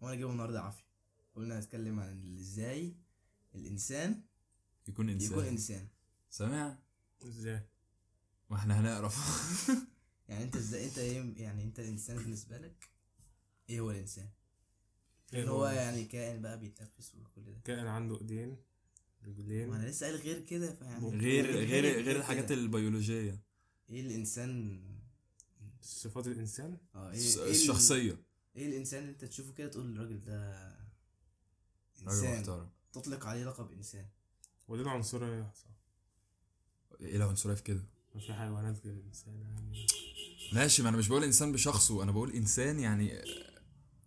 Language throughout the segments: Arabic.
وانا جايبه النهارده عافيه قلنا هنتكلم عن ازاي الانسان يكون انسان يكون انسان سامع ازاي ايه ما احنا هنقرف يعني انت ازاي انت ايه يعني انت الانسان بالنسبه لك ايه هو الانسان؟ ايه ان هو يعني كائن بقى بيتنفس وكل ده كائن عنده ايدين رجلين ما انا لسه قايل غير كده فيعني يعني غير غير غير كده. الحاجات البيولوجيه ايه الانسان صفات الانسان اه ايه الس- ايه ال- الشخصيه ايه الانسان اللي انت تشوفه كده تقول الراجل ده راجل انسان محترم تطلق عليه لقب انسان ودي العنصريه صح ايه العنصريه في كده ما في حيوانات غير الانسان يعني ماشي ما انا مش بقول انسان بشخصه انا بقول انسان يعني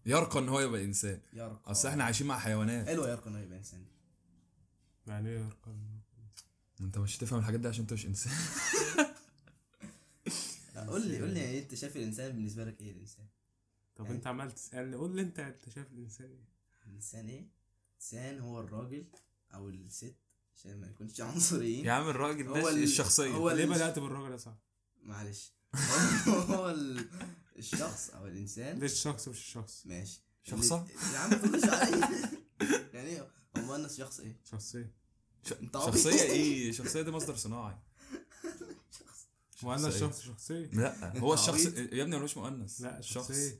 يرقى ان هو يبقى انسان يرقى اصل احنا عايشين مع حيوانات حلوه يرقى انه يبقى انسان يعني ايه ارقام انت مش هتفهم الحاجات دي عشان انت مش انسان لا، قول لي قول لي يعني انت شايف الانسان بالنسبه لك ايه الانسان؟ طب يعني- انت عمال تسالني قول لي انت انت شايف الانسان ايه الانسان ايه؟ الانسان هو الراجل او الست عشان ما نكونش عنصريين يا عم الراجل هو ده ال- الشخصيه هو ليه الإنس- بدات بالراجل يا صاحبي معلش هو- هو ال- الشخص او الانسان ده الشخص مش الشخص ماشي شخصة؟ اللي- يا عم ما تقولش عليا يعني هو انا شخص ايه؟ شخصيه انت عبيط. شخصيه ايه شخصيه دي مصدر صناعي ما انا شخصية. الشخص شخصيه لا هو الشخص عبيط. يا ابني ملوش مؤنث لا الشخص شخصيه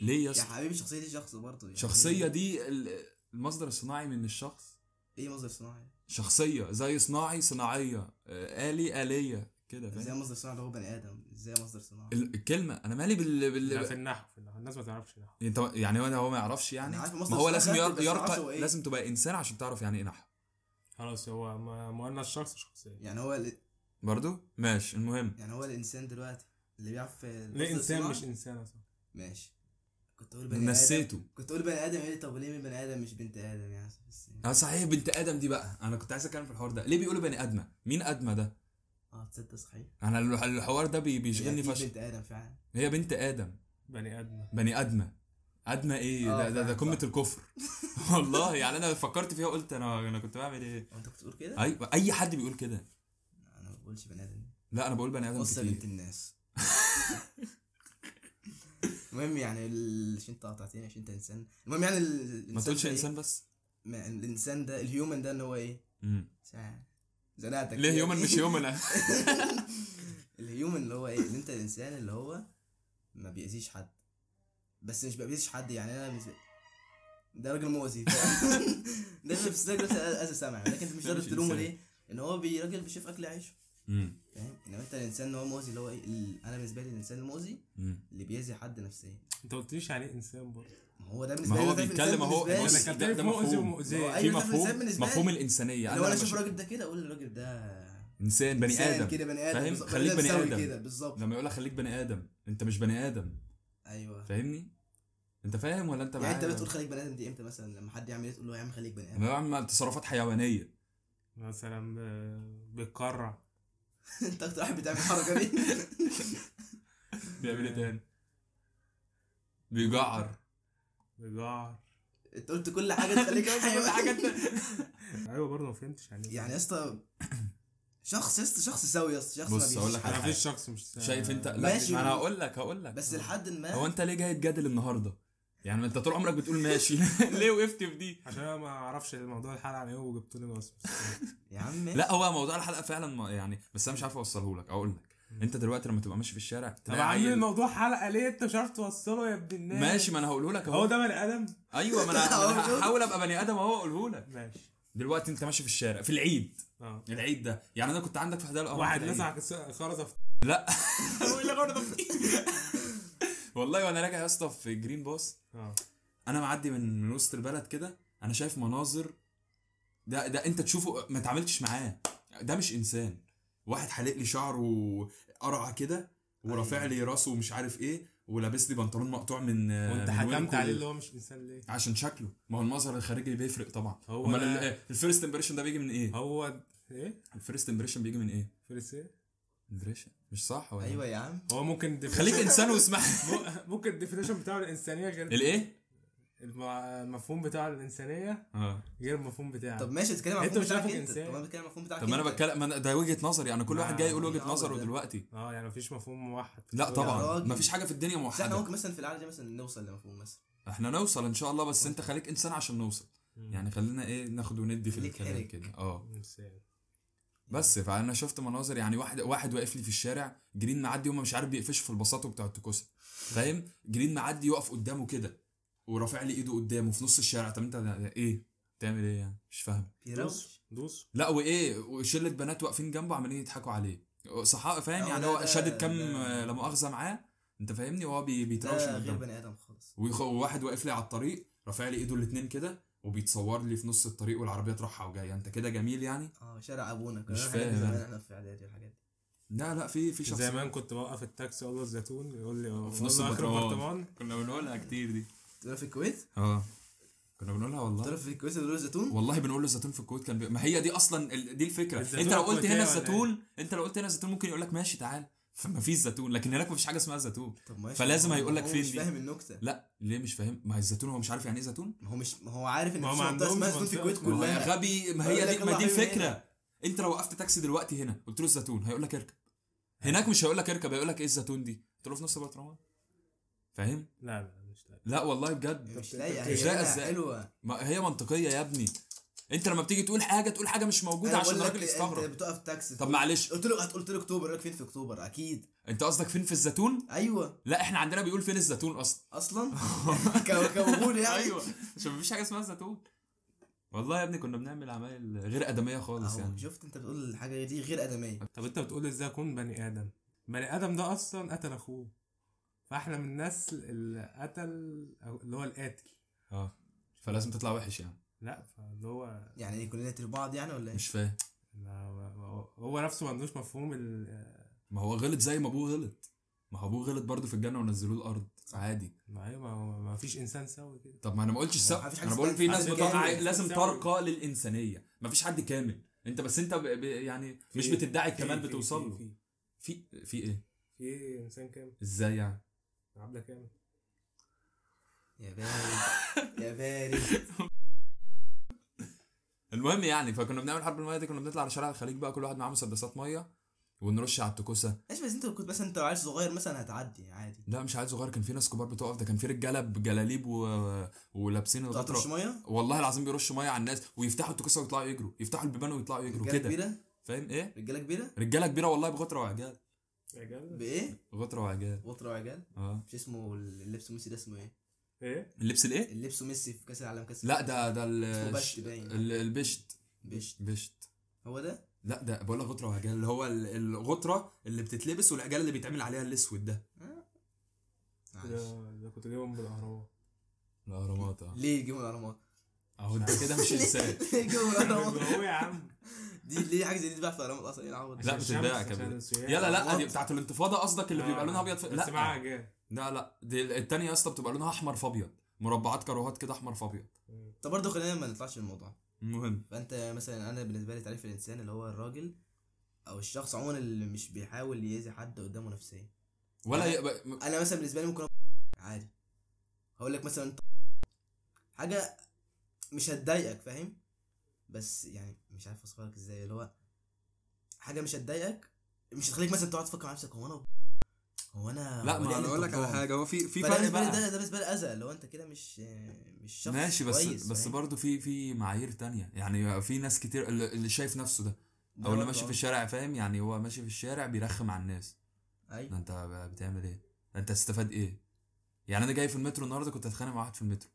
ليه يا يا اسطى حبيبي الشخصيه دي شخص برضه يعني شخصيه دي ال- المصدر الصناعي من الشخص ايه مصدر صناعي؟ شخصيه زي صناعي صناعيه آه، آلي آلية كده ازاي فاهم مصدر صناعي اللي هو بني ادم؟ ازاي مصدر صناعي؟ ال- الكلمه انا مالي بال, لا في بال... النحو في النحو الناس ما تعرفش نحو انت يعني هو هو ما يعرفش يعني أنا عارف ما مصدر هو الصناعي لازم بس ير- بس ما أعرفش هو يرقى إيه. لازم تبقى انسان عشان تعرف يعني ايه نحو خلاص هو ما ما انا الشخص شخصيه يعني هو ال- برضو ماشي المهم يعني هو الانسان دلوقتي اللي بيعرف المصدر ليه انسان الصناعي؟ مش انسان يا صاحبي ماشي كنت اقول بني ادم نسيته كنت اقول بني ادم ايه طب ليه من بني ادم مش بنت ادم يعني بس يعني- اه صحيح بنت ادم دي بقى انا كنت عايز اتكلم في الحوار ده ليه بيقولوا بني ادمه مين ادمه ده اه تصدق صحيح انا الح- الحوار ده بي- بيشغلني يعني أكيد فشخ بنت ادم فعلا هي بنت ادم بني ادم بني ادمه ادمه ايه آه، ده ده, ده فاهم، قمه صح. الكفر والله يعني انا فكرت فيها قلت انا انا كنت بعمل ايه هو انت كنت بتقول كده؟ اي اي حد بيقول كده انا ما بقولش بني ادم لا انا بقول بني ادم بص يا بنت كتير الناس المهم يعني ال- عشان انت قطعتني عشان انت انسان المهم يعني ال- الانسان ما تقولش ده إيه؟ انسان بس ما- الانسان ده الهيومن ده ان هو ايه؟ مم. ساعة. زنقتك ليه يومن مش أيوة، يومن الهيومن اللي هو ايه اللي انت الانسان اللي هو ما بيأذيش حد بس مش بيأذيش حد يعني انا مش ده راجل مؤذي فاهم؟ ده اللي في راجل اذى سمع لكن انت مش ده قادر مش تلومه إنسان. ليه؟ ان هو بي- راجل بيشوف اكل عيشه مم. فاهم؟ انما انت الانسان اللي هو مؤذي اللي هو ايه ال- انا بالنسبه لي الانسان المؤذي مم. اللي بيأذي حد نفسيا انت قلتليش يعني ايه انسان برضه ما هو ده بالنسبه ما لي هو ده بيتكلم اهو إنسان بالنسبة بص، أنا لي. كان تعرف مؤذي ومؤذي. ما هو في أي إنسان مفهوم بالنسبة لي. مفهوم الانسانيه لو انا انا لما اشوف بشوف راجل ده كده اقول الراجل ده انسان بني إنسان ادم كده بني فاهم؟ ادم بالظبط، خليك بني سوي آدم. كده بالظبط لما يقول لك خليك بني ادم انت مش بني ادم ايوه فاهمني انت فاهم ولا انت يعني انت معايا؟ بتقول خليك بني ادم دي امتى مثلا لما حد يعمل ايه تقول له يا عم خليك بني ادم لما بعمل تصرفات حيوانيه مثلا آه، بيتكرع انت اكتر واحد بتعمل الحركه دي بيعمل ايه تاني؟ بيجعر بيجعر انت قلت كل حاجه تخليك حيوان ايوه برضه ما فهمتش يعني إيه. يعني يا اسطى شخص يا اسطى شخص سوي يا اسطى شخص بص، ما اقول لك بيأذيش على حد. انا مفيش شخص مش شايف انت لا ماشي. ما انا هقول لك هقول لك بس لحد هو ما انت ليه جاي تجادل النهارده؟ يعني ما انت طول عمرك بتقول ماشي ليه وقفت في دي؟ عشان انا ما اعرفش الموضوع الحلقه عن ايه وجبت لي بس يا عم لا هو موضوع الحلقه فعلا ما يعني بس انا مش عارف اوصله لك اقول لك انت دلوقتي لما تبقى ماشي في الشارع طب تلاقي عامل عيل الموضوع حلقه ليه انت مش عارف توصله يا ابن الناس ماشي ما انا هقوله لك هو اهو ده بني ادم ايوه ما انا ما أنا هحاول ابقى بني ادم اهو اقوله لك ماشي دلوقتي انت ماشي في الشارع في العيد اه العيد ده يعني انا كنت عندك في حدائق الاهرام واحد في العيد. نزع كس- خرزه في والله وانا راجع يا اسطى في جرين باص اه انا معدي من من وسط البلد كده انا شايف مناظر ده ده انت تشوفه ما تعاملتش معاه ده مش انسان واحد حالق لي شعره قرعه كده أيوة. ورافع لي راسه ومش عارف ايه ولابس لي بنطلون مقطوع من وانت آه، من وين حكمت كل- عليه اللي هو مش انسان ليه عشان شكله ما هو المظهر الخارجي بيفرق طبعا هو امال ده- ال- الفيرست امبريشن ده بيجي من ايه هو ايه الفيرست امبريشن بيجي من ايه فريسيه امبريشن مش صح ولا إيه؟ أيوة. ايوه يا عم هو ممكن definition- خليك انسان واسمح م- ممكن الديفينيشن بتاع الانسانيه غير الايه المع- المفهوم بتاع الانسانيه اه غير المفهوم بتاعك طب ماشي اتكلم عن انت المفهوم مش عارف بتاعك انت الانسان. طب انا بتكلم عن المفهوم بتاعك طب ما انا انت. بتكلم ما أنا- ده وجهه نظري يعني كل ما- واحد جاي يقول وجهه ما- أه، نظره ده- دلوقتي اه يعني مفيش مفهوم موحد لا يا طبعا راجل. مفيش حاجه في الدنيا بس احنا موحده ممكن مثلا في العاده دي مثلا نوصل لمفهوم مثلا احنا نوصل ان شاء الله بس انت خليك انسان عشان نوصل يعني خلينا ايه ناخد وندي في خليك الكلام حرج. كده اه إنسان. بس فانا شفت مناظر يعني واحد واحد واقف لي في الشارع جرين معدي وما مش عارف بيقفشوا في البساطه بتاع التكوسه فاهم جرين معدي يقف قدامه كده ورافع لي ايده قدامه في نص الشارع طب انت ايه تعمل ايه يعني مش فاهم بيروش دوس لا وايه وشله بنات واقفين جنبه عمالين يضحكوا عليه صح فاهم أه، يعني ده- هو ده- شادد كام ده- لا مؤاخذه معاه انت فاهمني وهو بي- بيتراوش ده من غير قدامه. بني ادم خالص ويخ- وواحد واقف لي على الطريق رافع لي ايده الاتنين كده وبيتصور لي في نص الطريق والعربيه رايحه وجايه انت كده جميل يعني اه شارع ابونا كنا مش بنعمل الحاجات دي فاهم. زمان احنا في اعدادي والحاجات دي لا لا في في شخصيات زمان كنت بوقف التاكسي اقول له الزيتون يقول لي وفي نص والله آخر البرطمان. برطمان كنا بنقولها كتير دي تعرف في الكويت؟ اه كنا بنقولها والله تعرف في الكويت دول زيتون؟ والله بنقول له الزيتون في الكويت كان بي... ما هي دي اصلا ال... دي الفكره الزيتون انت لو قلت الكويتية هنا ولا الزيتون انت لو قلت هنا الزيتون ممكن يقول لك ماشي تعال فما فيش زيتون لكن هناك ما فيش حاجه اسمها زيتون طب ماشي فلازم هو- هيقول لك هو فين مش دي. فاهم النكته لا ليه مش فاهم ما هي الزيتون هو مش عارف يعني ايه زيتون ما هو مش ما هو عارف ان ما هو مفيش ما منطقه عندهمش اسمها زيتون في الكويت منطقة. ما هو يا كلها غبي ما بقول هي لك دي يلا ما دي حبيبي الفكره انت لو وقفت تاكسي دلوقتي هنا قلت له الزيتون هيقول لك اركب هناك مش هيقول لك اركب هيقول لك ايه الزيتون دي قلت له في نص برطمان فاهم لا لا مش لا لا والله بجد مش لاقيه مش هي لاقي لا ازاي. حلوه ما هي منطقيه يا ابني انت لما بتيجي تقول حاجه تقول حاجه مش موجوده أنا عشان بقول لك الراجل انت يستغرب بتقف تاكسي طب معلش قلت له قلت له اكتوبر قال لك فين في اكتوبر اكيد انت قصدك فين في الزيتون ايوه لا احنا عندنا بيقول فين الزيتون اصلا اصلا ك- كوجود يعني أيوة. ايوه عشان مفيش حاجه اسمها زيتون والله يا ابني كنا بنعمل عمايل غير ادميه خالص اهو يعني شفت انت بتقول الحاجه دي غير ادميه طب انت بتقول ازاي اكون بني ادم بني ادم ده اصلا قتل اخوه فاحنا من الناس اللي قتل أو- اللي هو القاتل اه فلازم تطلع وحش يعني لا فاللي هو يعني ايه كلنا نقتل بعض يعني ولا ايه؟ مش فاهم ما- ما- ما- هو نفسه ما عندوش مفهوم ال ما هو غلط زي ما ابوه غلط ما هو ابوه غلط برضه في الجنه ونزلوه الارض عادي ما هي- ما- ما ما فيش انسان سوي كده طب ما انا ما قلتش سب مفيش حاجة انا بقول في اسمها ناس حد بتقع كامل. عاي- لازم سوي. ترقى للانسانيه ما فيش حد كامل انت بس انت ب... ب... يعني مش في- بتدعي في- الكمال في- بتوصل في- له في في في ايه في انسان كامل ازاي يعني عبله كامل يا بارد يا بارد المهم يعني فكنا بنعمل حرب الميه دي كنا بنطلع على شارع الخليج بقى كل واحد معاه مسدسات ميه ونرش على التكوسه ماشي بس انت كنت مثلا انت لو عيل صغير مثلا هتعدي عادي لا مش عيل صغير كان في ناس كبار بتقف ده كان في رجاله بجلاليب و... ولابسين بتقعد ترش الغطرة ميه والله العظيم بيرشوا ميه على الناس ويفتحوا التكوسه ويطلعوا يجروا يفتحوا البيبان ويطلعوا يجروا رجاله كده كبيره فاهم ايه رجاله كبيره رجاله كبيره والله بغطره وعجال عجل بايه؟ غطره وعجال وتر وعجال اه مش اسمه اللبس ميسي ده اسمه ايه؟ ايه اللبس الايه اللبس ميسي في كاس العالم كاس لا ده ده ال... اسمه بشت باين ال- البشت بشت بشت هو ده؟ لا ده بقول لك غطره وعجال اللي هو ال- الغطره اللي بتتلبس والعجال اللي بيتعمل عليها الاسود ده معلش ده ده كنت جايبهم بالاهرامات الاهرامات اه ليه جيبوا الاهرامات؟ اهو انت كده مش انسان ليه جيبوا الاهرامات؟ هو يا عم دي ليه حاجه زي دي تتباع في الاهرامات اصلا ايه العوض ده؟ لا، عشان بتتباع الشمس، كمان. عشان السياح. يلا لا دي الأهرامات. بتاعت الانتفاضه قصدك اللي بيبقى آه، لونها ابيض في... بس مع لا عجال لا لا دي التانية يا اسطى بتبقى لونها احمر فابيض مربعات كروهات كده احمر فابيض طب برضه خلينا ما نطلعش من الموضوع المهم فانت مثلا انا بالنسبه لي تعريف الانسان اللي هو الراجل او الشخص عموما اللي مش بيحاول يأذي حد قدامه نفسيا ولا أنا- يبقى... م- انا مثلا بالنسبه لي ممكن أبقى عادي هقول لك مثلا انت حاجه مش هتضايقك فاهم بس يعني مش عارف اوصفها لك ازاي اللي هو حاجه مش هتضايقك مش هتخليك مثلا تقعد تفكر مع نفسك هو انا هو انا لا هو ما ليه انا اقول لك على الانتقام؟ حاجه هو في في فده فرق بالنسبة لي بقى ده ده بالنسبه لي اذى اللي هو انت كده مش مش شخص ماشي بس كويس بس فاهم؟ برضه في في معايير تانية يعني في ناس كتير اللي اللي شايف نفسه ده ده او اللي برضه ماشي آه. في الشارع فاهم يعني هو ماشي في الشارع بيرخم على الناس ده ايوه انت بتعمل ايه ده انت هتستفاد ايه يعني انا جاي في المترو النهارده كنت هتخانق مع واحد في المترو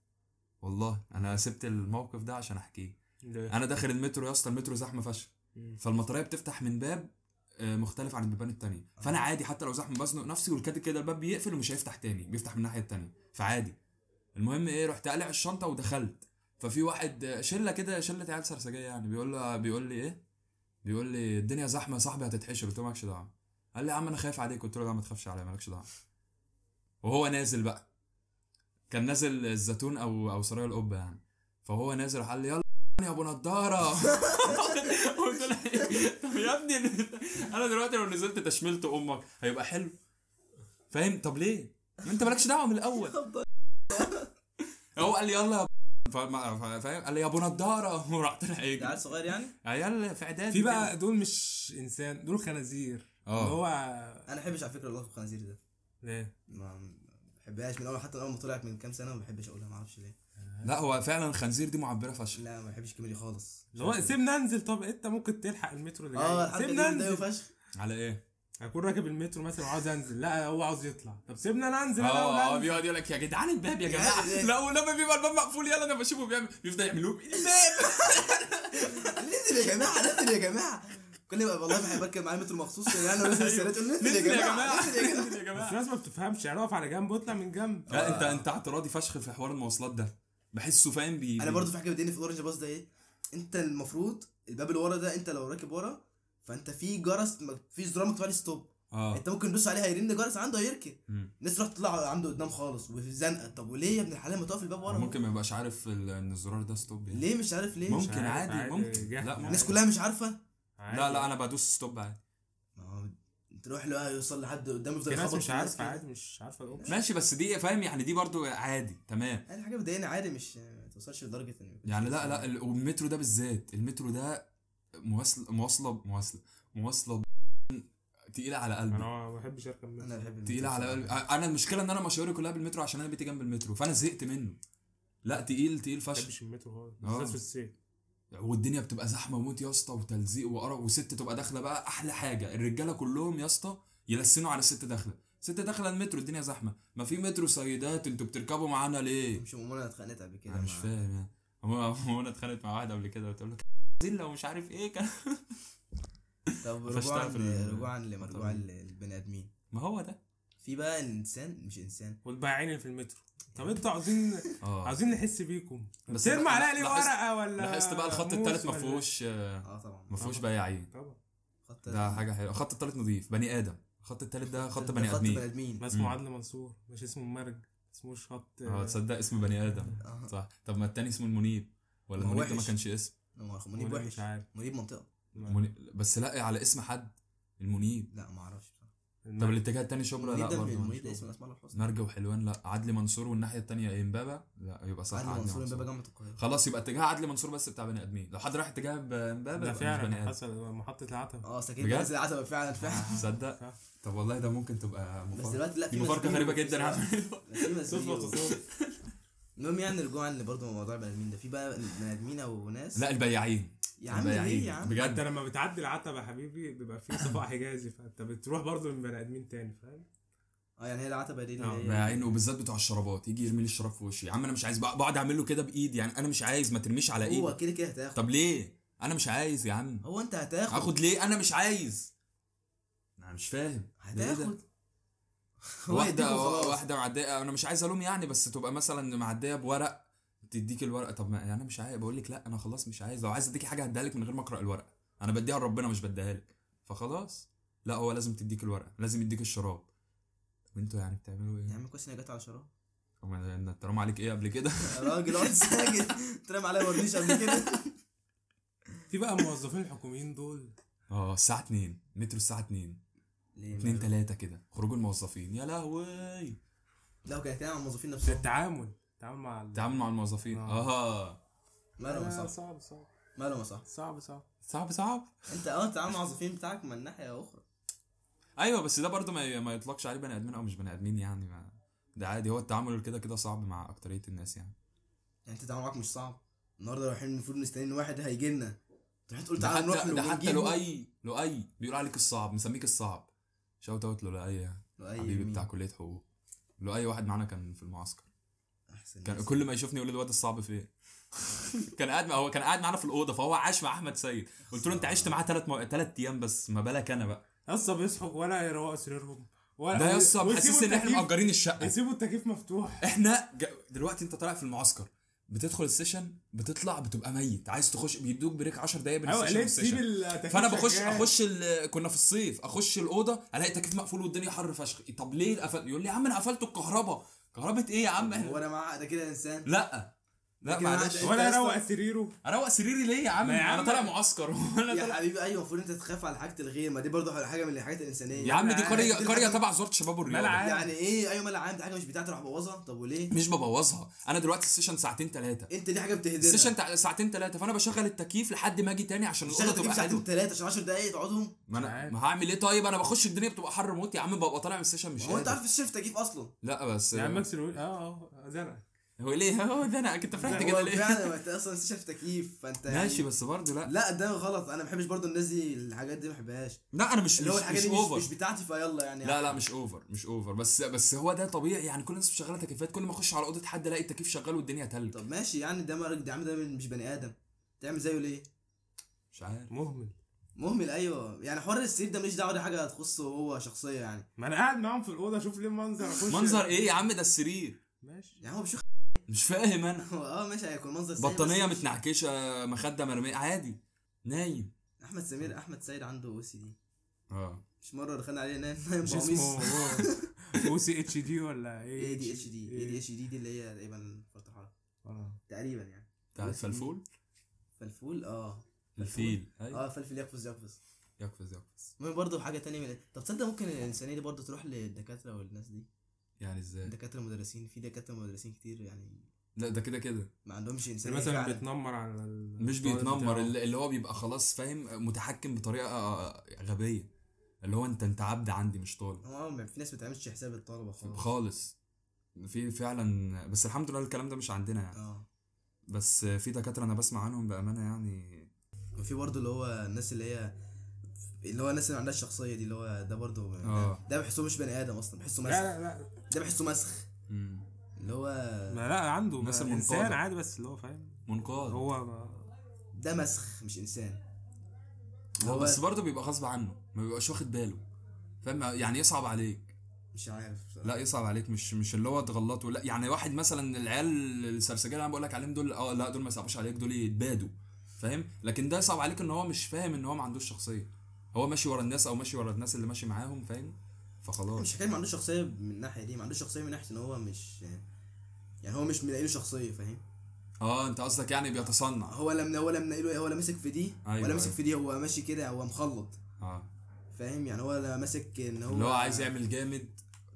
والله انا سبت الموقف ده عشان احكيه ده انا داخل المترو يا اسطى المترو زحمه فشخ مم. فالمطريه بتفتح من باب آه، مختلف عن البيبان التانية فانا عادي حتى لو زحمه بزنق نفسي والكاتب كده الباب بيقفل ومش هيفتح تاني بيفتح من الناحيه التانية فعادي المهم ايه رحت قالع الشنطه ودخلت ففي واحد آه، شله كده شله عيال سرسجيه يعني بيقول له بيقول لي ايه بيقول لي الدنيا زحمه يا صاحبي هتتحشر قلت له مالكش دعوه قال لي يا عم انا خايف عليك قلت له لا ما تخافش عليا مالكش دعوه وهو نازل بقى كان نازل الزيتون او او سرايا القبه يعني فهو نازل راح قال لي يلا يا ابو نضاره قلت له إيه؟ طب يا ابني انا دلوقتي لو نزلت تشملت امك هيبقى حلو فاهم طب ليه انت مالكش دعوه من الاول هو قال لي يلا يا ب- فما- ف- فاهم قال لي يا ابو نضاره وراح طلع ده عيل يجري صغير يعني إيه؟ عيال في اعدادي في كده. بقى آه. دول مش انسان دول خنازير اللي اه هو انا ما بحبش على فكره اللقب الخنازير ده ليه ما ما بحبهاش من اول حتى من اول ما طلعت من كام سنه ما بحبش اقولها ما اعرفش ليه لا هو فعلا الخنزير دي معبره فشخ لا ما بحبش الكلمه دي خالص اللي هو سيبنا انزل طب انت ممكن تلحق المترو اللي اه جاي الحركه دي يعني سيبنا بتضايقه انزل فشخ على ايه؟ اكون راكب المترو مثلا وعاوز انزل لا هو عاوز يطلع طب سيبنا انا انزل انا اه اه ولا بيقعد يقول لك يا جدعان الباب يا يا جماعه جدعان. لا ولما بيبقى الباب مقفول يلا انا بشوفه بيعمل بيفضل يعمل لهم الباب نزل يا جماعه نزل يا جماعه كل ما والله بحب اركب معايا مترو مخصوص يعني انا أيوه. نزل السيارات يقول نزل نزل يا جماعه نزل يا جماعه نزل يا بس جماعه الناس ما بتفهمش يعني اقف على جنب واطلع من جنب لا انت انت اعتراضي فشخ في حوار المواصلات ده بحسه فاهم بي انا برضو في حاجه بتضايقني في الاورنج باص ده ايه انت المفروض الباب اللي ورا ده انت لو راكب ورا فانت في جرس م- في زرار مكتوب عليه ستوب آه. اه انت ممكن تدوس عليه هيرن جرس عنده هيركن مم. الناس تروح تطلع عنده قدام خالص وفي زنقه طب وليه يا ابن الحلال ما تقف الباب ورا ممكن ما يبقاش عارف ال- ان الزرار ده ستوب يعني ليه مش عارف ليه ممكن عارف، عادي عادي، ممكن جهل. لا الناس ممكن. كلها مش عارفه لا لا انا بدوس ستوب عادي ما هو تروح له آه، يوصل لحد قدامه يفضل في يخبط ناس مش في الناس عارفه كده. عادي مش عارفه الاوبشن ماشي بس دي فاهم يعني دي برضو عادي تمام يعني حاجه بتضايقني عادي مش ما توصلش لدرجه ان يعني لا لا ال- والمترو ده بالذات المترو ده مواصل مواصله مواصله مواصله ب- تقيله على انا قلبي ما بحبش اركب مترو انا بحب تقيله على قلبي انا المشكله ان انا مشاويري كلها بالمترو عشان انا بيتي جنب المترو فانا زهقت منه لا تقيل تقيل ما فشخ بحبش المترو خالص آه. بالذات في الصيف والدنيا بتبقى زحمه موت يا اسطى وتلزيق وقرف وست تبقى داخله بقى احلى حاجه الرجاله كلهم يا اسطى يلسنوا على الست داخله ست داخله المترو الدنيا زحمه ما في مترو سيدات انتوا بتركبوا معانا ليه مش مؤمنه انا اتخانقت قبل كده انا مش مع- فاهم يعني هو هو انا اتخانقت مع واحد قبل كده بتقول له زله ومش عارف ايه كان طب فاشتغل رجوعا في ال- ل- رجوعا لمرجوع طبعا. البني ادمين ما هو ده في بقى الانسان مش انسان والبياعين اللي في المترو طب انتوا عاوزين اه عاوزين نحس بيكم بس بس ترمى أنا- آه. عليا ليه لاحظت- ورقه ولا لاحظت بقى الخط موس الثالث ما ولا- فيهوش اه طبعا ما فيهوش طبعا. بياعين طبعا خط ده حاجه حلوه الخط الثالث نظيف بني ادم الخط الثالث ده خط بني خط ادمين بني ادمين ما اسمه مم. عدلي منصور مش اسمه مرج اسمه شط اه تصدق اسم بني ادم آه. صح طب ما التاني اسمه المنيب ولا ما هو المنيب ده ما وحش. آه. كانش اسم هو منيب مش وحش عارف منيب منطقه المنيب بس لا على اسم حد المنيب لا ما اعرفش بصراحه طب المرج. الاتجاه التاني شبرا منيب لا آه. ده برضه منيب ده مش اسم شبرا. من اسماء الله الحسنى مرجع وحلوان لا عدلي منصور والناحيه التانيه امبابه لا يبقى صح عادل منصور منصور. امبابه جامعه القاهره خلاص يبقى اتجاه عدلي منصور بس بتاع بني ادمين لو حد راح اتجاه ب- امبابه ده يبقى مش بني فعلا ادم حصل محطه العتبه اه سكيب بجد؟ بنزل عتبه فعلا فعلا تصدق صح. طب والله ده ممكن تبقى بس مفارقه دلوقتي لا دي مفارقه مسؤولين غريبه وفي جدا يا مسؤولين. عم لا، في مسؤولين صدفه وفي- تصادف المهم يعني رجوعا لبرضه موضوع البني ادمين ده في بقى بني ادمين او ناس لا البياعين يا عم البياعين. ليه يا عم انت بجد لما بتعدي العتبه يا حبيبي بيبقى في صفاء حجازي فانت بتروح برضه من بني ادمين تاني فاهم اه يعني هي العتبه دي اللي آه، هي- بياعين وبالذات بتوع الشرابات يجي يرمي لي الشراب في وشي يا عم انا مش عايز بقعد اعمل له كده بايدي يعني انا مش عايز ما ترميش على ايدي هو كده كده هتاخد طب ليه انا مش عايز يا عم هو انت هتاخد اخد ليه انا مش عايز انا مش فاهم ده إيه ده؟ هتاخد هو يديك واحده وخلاص. واحده معديه انا مش عايز الوم يعني بس تبقى مثلا معديه بورق تديك الورقه طب ما يعني انا مش عايز بقول لك لا انا خلاص مش عايز لو عايز اديك حاجه هديها لك من غير ما اقرا الورقه انا بديها لربنا مش بديها لك فخلاص لا هو لازم تديك الورقه لازم يديك الشراب طب انتوا يعني بتعملوا يا ايه؟ عم كويس اني جت على شراب طب ما أنا اترمى عليك ايه قبل كده؟ يا راجل اقعد ساكت ترام عليا ورديش قبل كده في بقى موظفين الحكوميين دول اه الساعه 2 مترو الساعه 2 ليه 2 3 كده خروج الموظفين يا لهوي لا هو كان كلام عن الموظفين نفسهم التعامل التعامل مع ال- التعامل مع الموظفين آه. اه مالهم يا آه، صاحبي صعب صعب مالهم يا صاحبي صعب صعب صعب صعب انت اه تعامل مع الموظفين بتاعك من ناحيه اخرى ايوه بس ده برضه ما, ما يطلقش عليه بني ادمين او مش بني ادمين يعني ما ده عادي هو التعامل كده كده صعب مع اكتريه الناس يعني يعني انت تعامل معاك مش صعب النهارده رايحين المفروض مستنيين واحد هيجي لنا تروح تقول ده تعالى نروح حتى, له ده حتى ونجيبه. لؤي لؤي بيقول عليك الصعب مسميك الصعب شوت اوت لؤي لو أي حبيبي أيوة، مين. بتاع كليه حقوق لؤي واحد معانا كان في المعسكر احسن كان ناس. كل ما يشوفني يقول لي الواد الصعب فين كان قاعد هو كان قاعد معانا في الاوضه فهو عاش مع احمد سيد قلت له انت عشت معاه ثلاث مو... ثلاث ايام بس ما بالك انا بقى يسطا بيصحوا ولا يروقوا سريرهم ولا ده يسطا ويسيبوا محسسني ان احنا التكييف- مأجرين الشقه يسيبوا التكييف مفتوح احنا ج... دلوقتي انت طالع في المعسكر بتدخل السيشن بتطلع بتبقى ميت عايز تخش بيدوك بريك 10 دقايق بين ايوه السيشن ليه تسيب والسيشن التكييف فانا بخش شغال؟ اخش ال... كنا في الصيف اخش الاوضه الاقي التكييف مقفول والدنيا حر فشخ طب ليه القفل يقول لي يا عم انا قفلت الكهرباء كهرباء ايه يا عم هو احنا انا معاه ده كده انسان لا لا لكن معلش أنت- ولا أنت أصلاً- يروق سريره اروق سريري ليه يا عم ما يا انا عم- طالع معسكر ولا يا طالع حبيبي ايوه المفروض انت تخاف على حاجه الغير ما دي برضه حاجه من الحاجات يعني الانسانيه يا عم دي ملعب. قريه قريه تبع وزاره الشباب والرياضه ملعب. يعني ايه ايوه مال عام دي حاجه مش بتاعتي اروح ابوظها طب وليه؟ مش ببوظها انا دلوقتي السيشن ساعتين ثلاثه انت دي حاجه بتهدرها السيشن تع- ساعتين ثلاثه فانا بشغل التكييف لحد ما اجي تاني عشان الشغل الاوضه تجيب تبقى حلوه ساعتين ثلاثه عشان 10 دقائق تقعدهم ما مش انا عارف. ما هعمل ايه طيب انا بخش الدنيا بتبقى حر موت يا عم ببقى طالع من السيشن مش هو انت قادر عارف الشيف تجيب اصلا لا بس يا عم يعني ماكس الوي- اه اه زنقك هو ليه هو ده انا كنت فرحت هو كده ليه فعلا انت اصلا السيشن في تكييف فانت يعني- ماشي بس برضه لا لا ده غلط انا ما بحبش برضه الناس دي الحاجات دي ما بحبهاش لا انا مش مش, اللي هو الحاجه مش دي مش, اوفر مش بتاعتي فيلا يعني لا لا مش اوفر مش اوفر بس بس هو ده طبيعي يعني كل الناس شغاله تكييفات كل ما اخش على اوضه حد الاقي التكييف شغال والدنيا تلج طب ماشي يعني ده مرج ده عم ده مش بني ادم تعمل زيه ليه؟ مش عارف مهمل مهمل ايوه يعني حوار السرير ده ماليش دعوه دي حاجه تخصه هو شخصيا يعني ما انا قاعد معاهم في الاوضه اشوف ليه منظر اخش منظر ايه يا عم ده السرير ماشي يعني هو بيشوف مش فاهم انا هو اه ماشي هيكون منظر سيء، بطانيه بس مش- متنعكشه مخده مرميه عادي نايم احمد سمير احمد سيد عنده او سي دي اه مش مره دخلنا عليه نايم نايم مش بقميص. اسمه او سي اتش دي ولا ايه اي دي اتش دي اي دي اتش دي دي اللي هي تقريبا فرط حركه آه. تقريبا يعني بتاع الفلفول فالفول اه الفيل أيوة. اه فلفل يقفز يقفز يقفز يقفز المهم برضه حاجه تانية من طب تصدق ممكن الانسانيه دي برضه تروح للدكاتره والناس دي يعني ازاي الدكاتره المدرسين في دكاتره مدرسين كتير يعني لا ده كده كده ما عندهمش انسانيه مثلا فعلاً. يعني بيتنمر على ال- مش الطالب بيتنمر بتاعه. اللي اللي هو بيبقى خلاص فاهم متحكم آه، بطريقه غبيه اللي هو انت انت عبد عندي مش طالب هو اه ما في ناس ما بتعملش حساب الطلبه آه. خالص خالص في فعلا بس الحمد لله الكلام ده مش عندنا يعني اه بس في دكاتره انا بسمع عنهم بامانه يعني وفي برضه اللي هو الناس اللي هي اللي هو الناس اللي ما عندهاش شخصيه دي اللي هو ده برضه آه. ده بحسه مش بني ادم اصلا بحسه لا مسخ لا لا ده بحسه مسخ مم، اللي هو ما لا عنده الناس بس المنتظر. انسان عادي بس اللي هو فاهم منقاذ هو ما- ده مسخ مش انسان هو هو- بس برضه بيبقى غصب عنه ما بيبقاش واخد باله فاهم يعني يصعب عليك مش عارف بصراحة. لا يصعب عليك مش مش اللي هو تغلطه لا يعني واحد مثلا العيال السرسجيه اللي انا بقول لك عليهم دول اه لا دول ما يصعبوش عليك دول يتبادوا فاهم لكن ده يصعب عليك ان هو مش فاهم ان هو ما عندوش شخصيه هو ماشي ورا الناس او ماشي ورا الناس اللي ماشي معاهم فاهم فخلاص مش حكايه ما عندوش شخصيه من الناحيه دي ما عندوش شخصيه من ناحيه ان هو مش يعني هو مش ملاقي له شخصيه فاهم اه انت قصدك يعني بيتصنع هو لم ولا منقي له هو لا ماسك في دي أيوة، ولا ماسك أيوة. في دي هو ماشي كده هو مخلط اه فاهم يعني هو لا ماسك ان هو اللي هو عايز يعمل جامد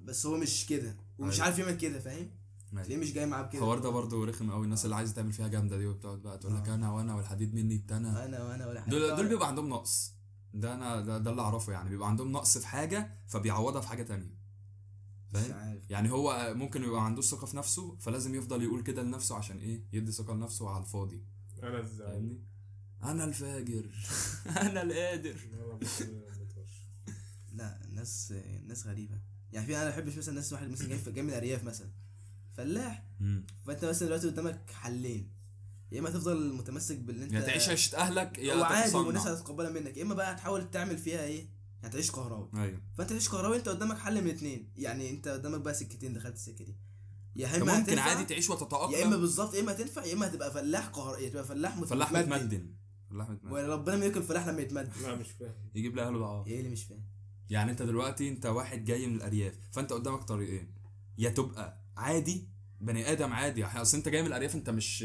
بس هو مش كده ومش أيوة. عارف يعمل كده فاهم ليه مش جاي معاه بكده الحوار ده برضه رخم قوي الناس اللي عايزه تعمل فيها جامده دي وبتقعد بقى تقول لك آه. انا وانا والحديد مني اتنى انا وانا ولا حاجه دول دول بيبقى عندهم نقص ده انا ده, ده اللي اعرفه يعني بيبقى عندهم نقص في حاجه فبيعوضها في حاجه تانية مش فاهم عارف يعني هو ممكن يبقى ما عندوش ثقه في نفسه فلازم يفضل يقول كده لنفسه عشان ايه يدي ثقه لنفسه على طيب. الفاضي انا ازاي فاهمني انا الفاجر انا القادر لا الناس الناس غريبه يعني في انا ما بحبش مثلا ناس واحد مثلا جاي في- جاي من الارياف مثلا فلاح مم. فانت مثلا دلوقتي قدامك حلين يا اما تفضل متمسك باللي انت يا يعني تعيش عيشه اهلك هو يا عادي والناس تتصنع هتتقبلها منك يا اما بقى هتحاول تعمل فيها ايه هتعيش كهراوي ايوه فانت تعيش كهراوي انت قدامك حل من اتنين يعني انت قدامك بقى سكتين دخلت السكه دي يا أنت اما ممكن هتنفع، عادي تعيش يا اما وتتاقلم بالظبط يا اما هتنفع يا اما هتبقى فلاح قهر تبقى فلاح مت- فلاح متمدن فلاح متمدن وربنا ما ياكل الفلاح لما يتمد لا مش فاهم يجيب لاهله دعاره ايه اللي مش فاهم يعني انت دلوقتي انت واحد جاي من الارياف فانت قدامك طريقين يا تبقى عادي بني ادم عادي اصل انت جاي من الارياف انت مش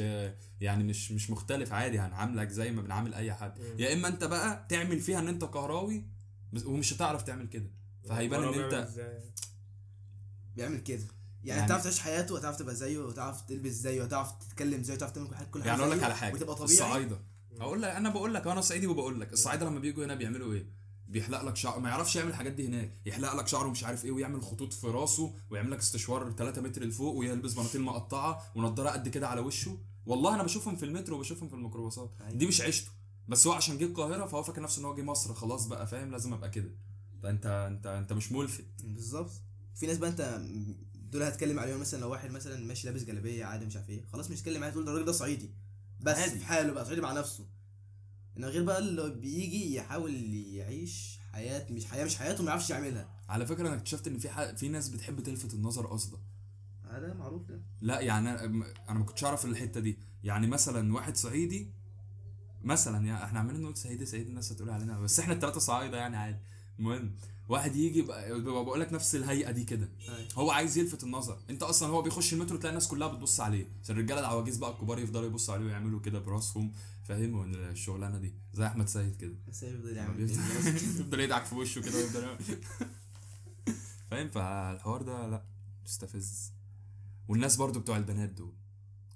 يعني مش مش مختلف عادي هنعاملك زي ما بنعامل اي حد مم. يا اما انت بقى تعمل فيها ان انت كهراوي بس- ومش هتعرف تعمل كده فهيبان ان انت بيعمل كده يعني, يعني- هتعرف تعيش حياته وهتعرف تبقى زيه وهتعرف تلبس زيه وهتعرف تتكلم زيه وتعرف تعمل كل حاجه كل حاجه يعني اقول لك زيه على حاجه وتبقى طبيعي الصعايده اقول لك انا بقول لك انا صعيدي وبقول لك الصعايده لما بيجوا هنا بيعملوا ايه بيحلق لك شعر ما يعرفش يعمل الحاجات دي هناك يحلق لك شعره مش عارف ايه ويعمل خطوط في راسه ويعمل لك استشوار 3 متر لفوق ويلبس بناطيل مقطعه ونضاره قد كده على وشه والله انا بشوفهم في المترو وبشوفهم في الميكروباصات أيوة. دي مش عيشته بس هو عشان جه القاهره فهو فاكر نفسه ان هو جه مصر خلاص بقى فاهم لازم ابقى كده فانت انت انت مش ملفت بالظبط في ناس بقى انت دول هتكلم عليهم مثلا لو واحد مثلا ماشي لابس جلابيه عادي مش عارف ايه خلاص مش هتكلم عليه تقول ده الراجل ده صعيدي بس عادي. في حاله بقى صعيدي مع نفسه انما غير بقى اللي بيجي يحاول يعيش حياه مش حياه مش حياته ما يعرفش يعملها على فكره انا اكتشفت ان في ح... في ناس بتحب تلفت النظر قصدا هذا معروف ده لا يعني أنا- انا ما كنتش اعرف الحته دي يعني مثلا واحد صعيدي مثلا يعني احنا عمالين نقول صعيدي صعيدي الناس هتقول علينا بس احنا الثلاثه صعايده يعني عادي المهم واحد يجي بقى ببقى بقول لك نفس الهيئه دي كده أيوة. هو عايز يلفت النظر انت اصلا هو بيخش المترو تلاقي الناس كلها بتبص عليه عشان الرجاله العواجيز بقى الكبار يفضلوا يبصوا عليه ويعملوا كده براسهم فاهم الشغلانه دي زي احمد سيد كده بس هي بيفضل يعني يعمل كده. يفضل يدعك في وشه كده ويفضل يعمل- فاهم فالحوار ده لا مستفز والناس برضو بتوع البنات دول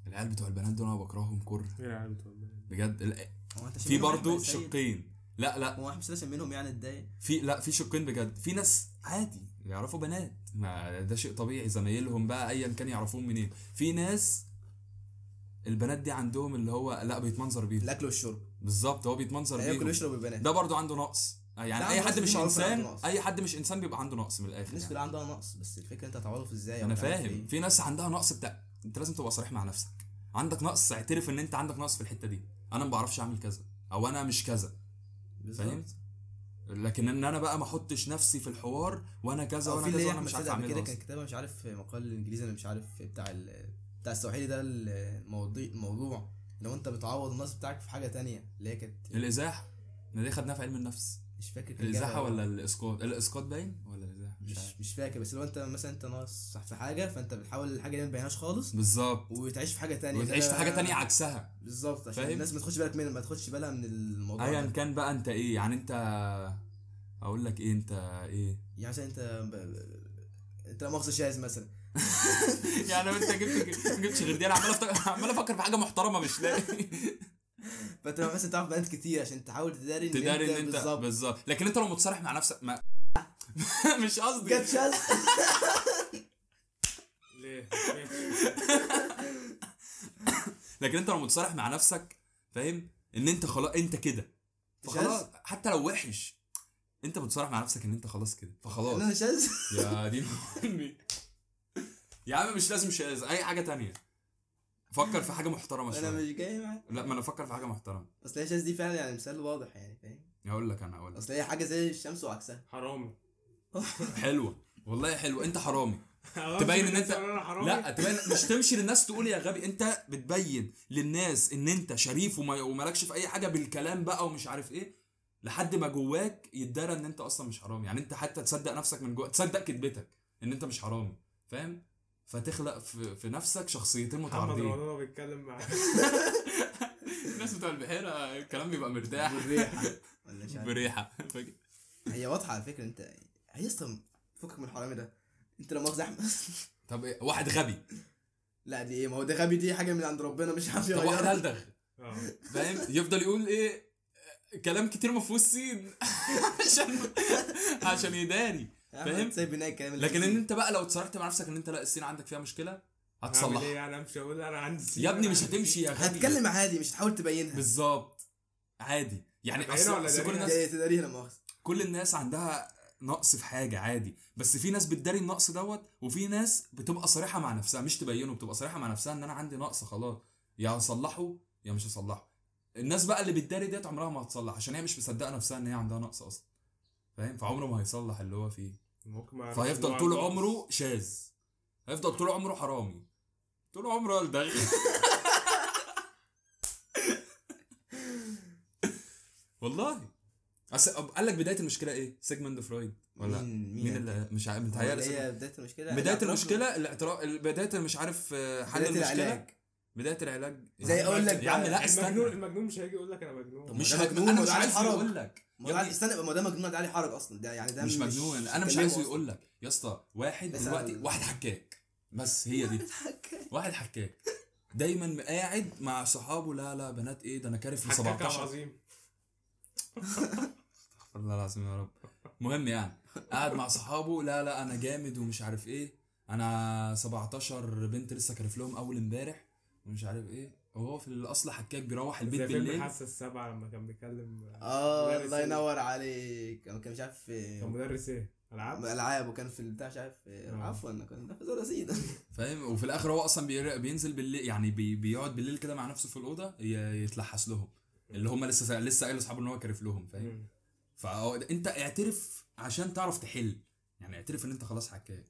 العيال بتوع البنات دول انا بكرههم كره ايه يا عم والله بجد ال- هو انت في شايف منهم برضو أحمد سيد؟ شقين لا لا هو احمد سيد منهم يعني اتضايق في لا في شقين بجد في ناس عادي يعرفوا بنات ما ده شيء طبيعي زمايلهم بقى ايا كان يعرفوهم منين في ناس البنات دي عندهم اللي هو لا بيتمنظر بيهم الاكل والشرب بالظبط هو بيتمنظر هياكل بيهم ويشرب البنات ده برضو عنده نقص يعني ده اي عنده نقص حد مش دي معروفة إنه انسان عنده نقص. اي حد مش انسان بيبقى عنده نقص من الاخر الناس يعني. كلها عندها نقص بس الفكره انت هتعرف ازاي أو انا هتعرف فاهم إيه. في ناس عندها نقص بتاع انت لازم تبقى صريح مع نفسك عندك نقص اعترف ان انت عندك نقص في الحته دي انا ما بعرفش اعمل كذا او انا مش كذا بالظبط. فاهم لكن ان انا بقى ما احطش نفسي في الحوار وانا كذا أو في وانا اللي كذا هي وانا احمد مش سيد عارف قبل كده اعمل كان كتابه مش عارف مقال الانجليزي انا مش عارف بتاع ال... بتاع السواحيلي ده الموضوع الموضوع لو انت بتعوض النقص بتاعك في حاجه تانية اللي هي كانت الازاحه احنا دي خدناها في علم النفس مش فاكر كان جابها الازاحه ولا- ولا الاسقاط الاسقاط باين ولا الازاحه مش عارف مش مش فاكر بس لو انت مثلا انت ناقص في حاجه فانت بتحاول الحاجه دي ما تبينهاش خالص بالظبط وتعيش في حاجه تانية وتعيش في يعني كده- حاجه تانية عكسها بالظبط عشان فاهم؟ الناس ما تاخدش بالك من ما تاخدش بالها من الموضوع ايا ده. كان بقى انت ايه يعني انت اقول لك ايه انت ايه يعني مثلا انت ب... ب- انت لا مؤاخذه شاذ مثلا يعني انت جبت ما جبتش غير دي انا عمال أفت- عمال افكر في حاجه محترمه مش لاقي فانت لو مثلا تعرف بنات كتير عشان تحاول تداري ان تداري ان انت بالظبط بالظبط لكن انت لو متصالح مع نفسك ما مش قصدي جت شاذ ليه؟ لكن انت لو متصالح مع نفسك فاهم ان انت خلاص انت كده فخلاص شاذ حتى لو وحش انت متصالح مع نفسك ان انت خلاص كده فخلاص انا شاذ يا دين امي يا عم مش لازم شاذ اي حاجه تانية فكر في حاجه محترمه انا شويه مش جاي معاك لا ما انا افكر في حاجه محترمه اصل هي شاذ دي فعلا يعني مثال واضح يعني فاهم هقول لك انا هقول لك اصل هي حاجه زي الشمس وعكسها حرامي حلوه والله حلوه انت حرامي تبين ان انت- لا تبين مش تمشي للناس تقول يا غبي انت بتبين للناس ان انت شريف وما- ومالكش في اي حاجه بالكلام بقى ومش عارف ايه لحد ما جواك يتدرى ان انت اصلا مش حرامي يعني انت حتى تصدق نفسك من جوا تصدق كذبتك ان انت مش حرامي فاهم فتخلق في, في نفسك شخصيتين محمد متعارضين رمضان هو بيتكلم معاه الناس بتوع البحيره الكلام بيبقى مرتاح بالريحه يعني ولا يعني مش عارف بريحه فاكر؟ هي واضحه على فكره انت هي اصلا فكك من الحرامي ده انت لو مؤاخذه احمد طب إيه؟ واحد غبي لا دي ايه ما هو ده غبي دي حاجه من عند ربنا مش عارف طب واحد يغيرها. هلدغ آه. فاهم يفضل يقول ايه كلام كتير ما فيهوش سين عشان عشان يداري يا أحمد، فاهم؟ سايب هناك الكلام اللي لكن فيه. ان انت بقى لو اتصرفت مع نفسك ان انت لا السين عندك فيها مشكله هعمل إيه هتصلحها يعني امشي اقول انا عندي سين، يا ابني أنا مش عندي هتمشي سين. يا غبي هتكلم إيه؟ عادي مش هتحاول تبينها بالظبط عادي يعني هتبينها أصل- ولا أصل كل داريها؟ الناس دي تداريها لا مؤاخذه كل الناس عندها نقص في حاجه عادي بس في ناس بتداري النقص دوت وفي ناس بتبقى صريحه مع نفسها مش تبينه بتبقى صريحه مع نفسها ان انا عندي نقص خلاص يا هصلحه يا مش هصلحه الناس بقى اللي بتداري ديت عمرها ما هتصلح عشان هي مش مصدقه نفسها ان هي عندها نقص اصلا فاهم فعمره ما هيصلح اللي هو فيه ممكن ما يعرفش إن هو فهيفضل طول عنده عمره شاذ هيفضل طول عمره حرامي طول عمره الدغ والله أس... أب- قال لك بدايه المشكله ايه؟ سيجموند فرويد ولا مين إيه؟ مين اللي مش عارف متهيألي اللي سيجموند- هي بدايه المشكله بدايه الاعتراف- المشكله الاعتراف بدايه مش عارف آه، حل بداية المشكله العلاج. بدايه العلاج يعني زي اقول لك يا عم بقى، لا المجنون استنى المجنون مش هيجي يقول لك انا طب مجنون ما مش ده عارف مجنون، انا ما مش ده عارف حرج. يقول لك ما يا هو ابني، استنى ما ده مجنون ده عليه حرج اصلا ده يعني ده مش مجنون انا مش عايزه يقول لك يا اسطى واحد بس دلوقتي أنا- واحد حكاك بس هي دي واحد حكاك دايما قاعد مع صحابه لا لا بنات ايه ده انا كارف ل حكاك 17 عظيم والله العظيم يا رب المهم يعني قاعد مع صحابه لا لا انا جامد ومش عارف ايه انا 17 بنت لسه كارف لهم اول امبارح ومش عارف ايه وهو في الاصل حكاك بيروح البيت زي فيلم بالليل حاسه السبعه لما كان بيكلم اه مدرس الله إيه؟ ينور عليك أنا كان مش عارف في كان مدرس ايه؟ العاب؟ العاب وكان في البتاع مش عارف في- آه. عفوا انا كنت في زور سيدة فاهم وفي الاخر هو اصلا بير- بينزل بالليل يعني بي بيقعد بالليل كده مع نفسه في الاوضه ي- يتلحس لهم اللي هم لسه لسه قايل لاصحابه ان هو كارف لهم فاهم مم. فانت اعترف عشان تعرف تحل يعني اعترف ان انت خلاص حكاك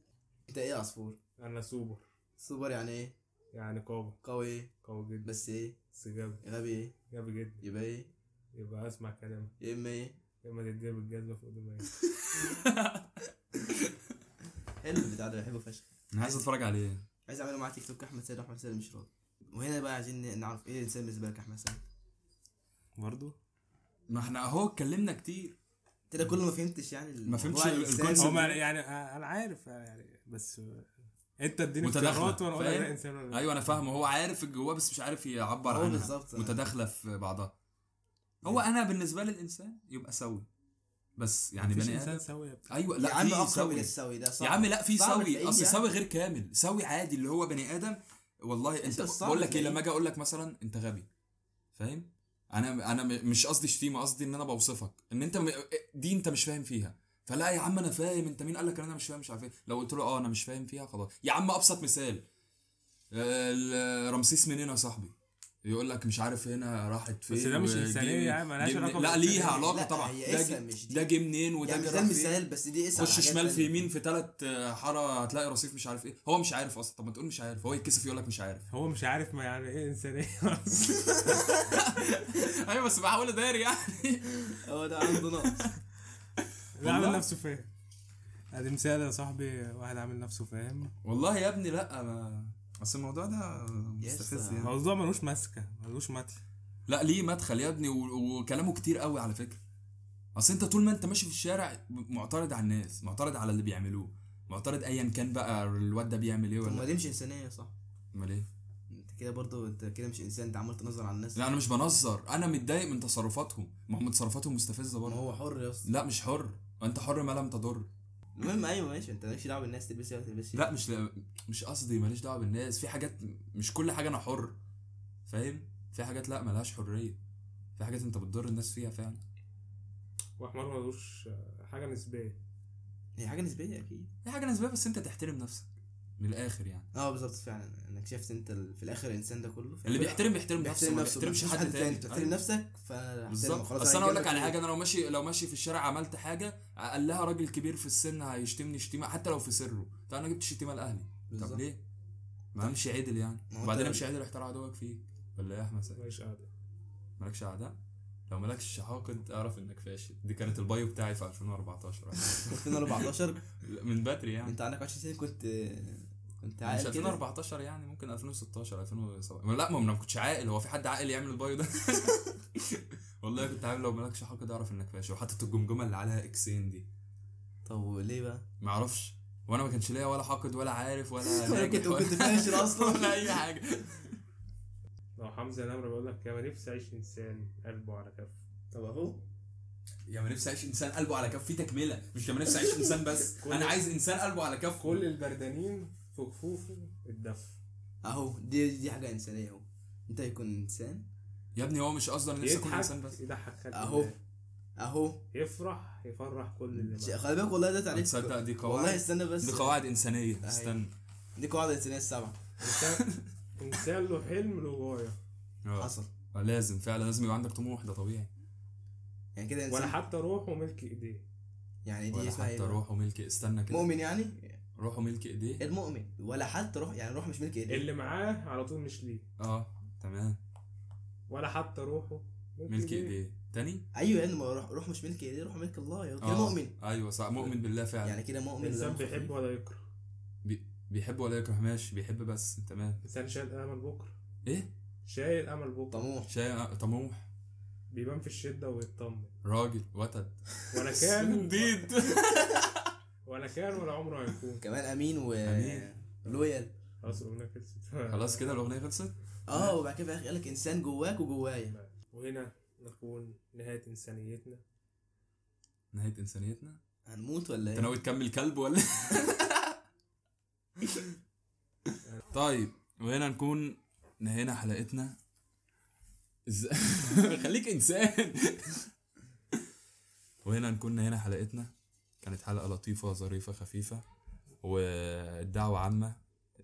انت ايه يا عصفور انا سوبر سوبر يعني ايه يعني قوي قوي ايه قوي جدا بس ايه بس جامد غبي ايه جامد جدا يبقى ايه يبقى اسمع كلامك يا اما ايه لما تديها بالجزمه فوق دماغي حلو البتاع ده بحبه فشخ انا عايز اتفرج عليه عايز اعمله مع تيك توك احمد سيد واحمد سيد مش راضي وهنا بقى عايزين نعرف ايه الانسان بالنسبه لك يا احمد سيد برضه ما احنا اهو اتكلمنا كتير انت كل ما فهمتش يعني ما فهمتش الموضوع ال- الإنسان. الكونسبت. هما يعني آه، انا عارف آه، يعني بس آه، انت اديني متداخلة، اختيارات وانا اقول لك فاهم؟ ده انسان ولا لا. ايوه انا فاهم هو عارف جواه بس مش عارف يعبر هو عنها بالظبط آه. متداخله في بعضها هو انا بالنسبه للانسان يبقى سوي بس يعني مفيش بني ادم انسان سوي يا ابني. ايوه يا لا عم في اقرب سوي الى السوي ده صح يا عم لا في صعب سوي تلاقيه اصل يعني. سوي غير كامل سوي عادي اللي هو بني ادم والله انت مش صعب بقول لك ايه تلاقيه. لما اجي اقول لك مثلا انت غبي فاهم انا انا م- مش قصدي شتيمه قصدي ان انا بوصفك ان انت م- إيه، دي انت مش فاهم فيها فلا يا عم انا فاهم انت مين قال لك إن انا مش فاهم مش عارف ايه لو قلت له اه انا مش فاهم فيها خلاص يا عم ابسط مثال آه، ال- رمسيس منين يا صاحبي يقول لك مش عارف هنا راحت فين بس ده مش وجي انسانيه يا من- عم مالهاش جه من- علاقه لا بالإنسانية. ليها علاقه لا، طبعا هي ده اسم جي- مش دي. ده جه منين وده يعني جه مش ده راح فين. المثال بس دي اسم خش على حاجات شمال في تانية. يمين في ثلاث حاره هتلاقي رصيف مش عارف ايه هو مش عارف اصلا طب ما تقول مش عارف هو يتكسف يقول لك مش عارف هو مش عارف ما يعني ايه انسانيه اصلا ايوه بس بحاول اداري يعني هو ده عنده نقص لا عامل والله. نفسه فاهم ادي مثال يا صاحبي واحد عامل نفسه فاهم والله يا ابني لا ما اصل الموضوع ده يا مستفز اسطى. يعني الموضوع ملوش ماسكه ملوش متل لا ليه مدخل يا ابني و- وكلامه كتير قوي على فكره اصل انت طول ما انت ماشي في الشارع معترض على الناس معترض على اللي بيعملوه معترض ايا كان بقى الواد ده بيعمل ايه طب ما ولا دي مش انسانيه صح امال ايه انت كده برضو انت كده مش انسان انت عمال تنظر على الناس لا انا مش بنظر انا متضايق من تصرفاتهم ما هم تصرفاتهم مستفزه ما برضه هو حر يا اسطى لا مش حر انت حر ما لم تضر المهم ايوه ماشي انت مالكش دعوه بالناس تلبس ايه ولا تلبس لا مش مش قصدي ماليش دعوه بالناس في حاجات مش كل حاجه انا حر فاهم في حاجات لا ملهاش حريه في حاجات انت بتضر الناس فيها فعلا واحمد ملوش حاجه نسبيه هي حاجه نسبيه اكيد دي حاجه نسبيه بس انت تحترم نفسك من الاخر يعني اه بالظبط فعلا انا اكتشفت انت ال- في الاخر الانسان ده كله اللي فأنت بيحترم بيحترم نفسه بيحترم ما نفسه ما بتحترمش بيحترمش حد تاني بتحترم أيوة. نفسك فانا بالظبط اصل انا اقول لك على حاجه انا لو ماشي لو ماشي في الشارع عملت حاجه قال لها راجل كبير في السن هيشتمني شتيمه حتى لو في سره طب انا جبت شتيمه لاهلي طب بالظبط طيب. ليه؟ ما امشي عدل يعني ما هو وبعدين أنت- امشي عدل احترم عدوك فيك ولا ايه يا احمد سعيد؟ ماليش قاعده مالكش اعداء لو مالكش حاقد اعرف انك فاشل دي كانت البايو بتاعي في 2014 2014 من بدري يعني انت عندك 20 سنه كنت كنت مش عاقل كده 2014 يعني ممكن 2016 2017 لا ما انا ما كنتش عاقل هو في حد عاقل يعمل البايو ده والله كنت عامل لو مالكش حاقد اعرف انك فاشل وحطيت الجمجمه اللي عليها اكسين دي طب وليه بقى؟ ما اعرفش وانا ما كانش ليا ولا حاقد ولا عارف ولا ولا ناجح كنت ولا- كنت فاشل ولا اصلا اي حاجه لو حمزه نمره بيقول لك انا نفسي اعيش انسان قلبه على كفه طب اهو يا ما نفسي اعيش انسان قلبه على كف في تكمله مش يا ما نفسي اعيش انسان بس كل- انا عايز انسان قلبه على كف كل البردانين في كفوفه الدف اهو دي دي حاجه انسانيه اهو انت يكون انسان يا ابني هو مش قصدي انا نفسي اكون انسان بس يضحك يضحك خلق اهو الله. اهو يفرح يفرح كل اللي معاه. خلي بالك والله ده تعريف تصدق دي والله قواعد استنى بس دي قواعد انسانيه أيوة. استنى دي قواعد الانسانيه السبعه انسان انسان له حلم له غايه آه. حصل آه، لازم فعلا لازم يبقى عندك طموح ده طبيعي يعني كده ولا انسان حتى روحه ملك ايديه يعني دي ولا اسمها حتى ايه بقى؟ روح وملك استنى كده مؤمن إيه؟ يعني روح وملك ايديه المؤمن ولا حتى روح يعني روح مش ملك ايديه اللي معاه على طول مش ليه اه تمام ولا حتى روحه ملك ايديه تاني ايوه يعني ما روح روح مش ملك ايديه روح ملك الله يا كده اه مؤمن ايوه صح مؤمن بالله فعلا يعني يعني كده مؤمن الانسان دمه خفيف. بيحب ولا يكره بيحب ولا يكره ماشي بيحب بس تمام الانسان شايل امل بكره ايه شايل امل بكره طموح شايف آه، طموح بيبان في الشده ويطمن راجل وتد ولا كان جديد ولا كان ولا عمره هيكون كمان امين و أمين. لويال خلاص الاغنيه خلصت يعني خلاص كده الاغنيه خلصت اه وبعد كده في الاخر قال لك انسان جواك وجوايا وهنا نكون نهايه انسانيتنا نهايه انسانيتنا هنموت ولا انت ايه؟ ناوي تكمل كلب ولا إيه؟ طيب وهنا نكون نهينا حلقتنا إز- خليك انسان وهنا نكون نهينا حلقتنا كانت حلقه لطيفه ظريفه خفيفه والدعوه عامه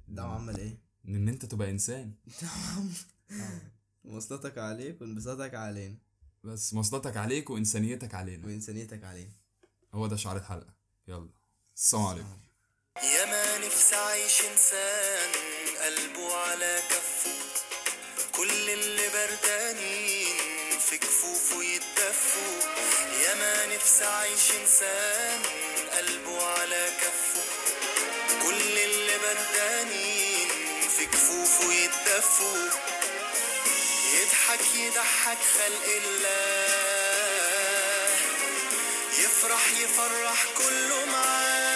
دعوة عمل ايه؟ ان انت تبقى انسان مواصلاتك عليك وانبساطك علينا بس مصلتك عليك وانسانيتك علينا وانسانيتك علينا هو ده شعار الحلقه يلا السلام عليكم يا ما نفسي اعيش انسان قلبه على كفه كل اللي بردانين في كفوفه يتدفوا يا انا نفسي اعيش انسان قلبه على كفه كل اللي بدانين في كفوفه يتدفوا يضحك يضحك خلق الله يفرح يفرح كله معاه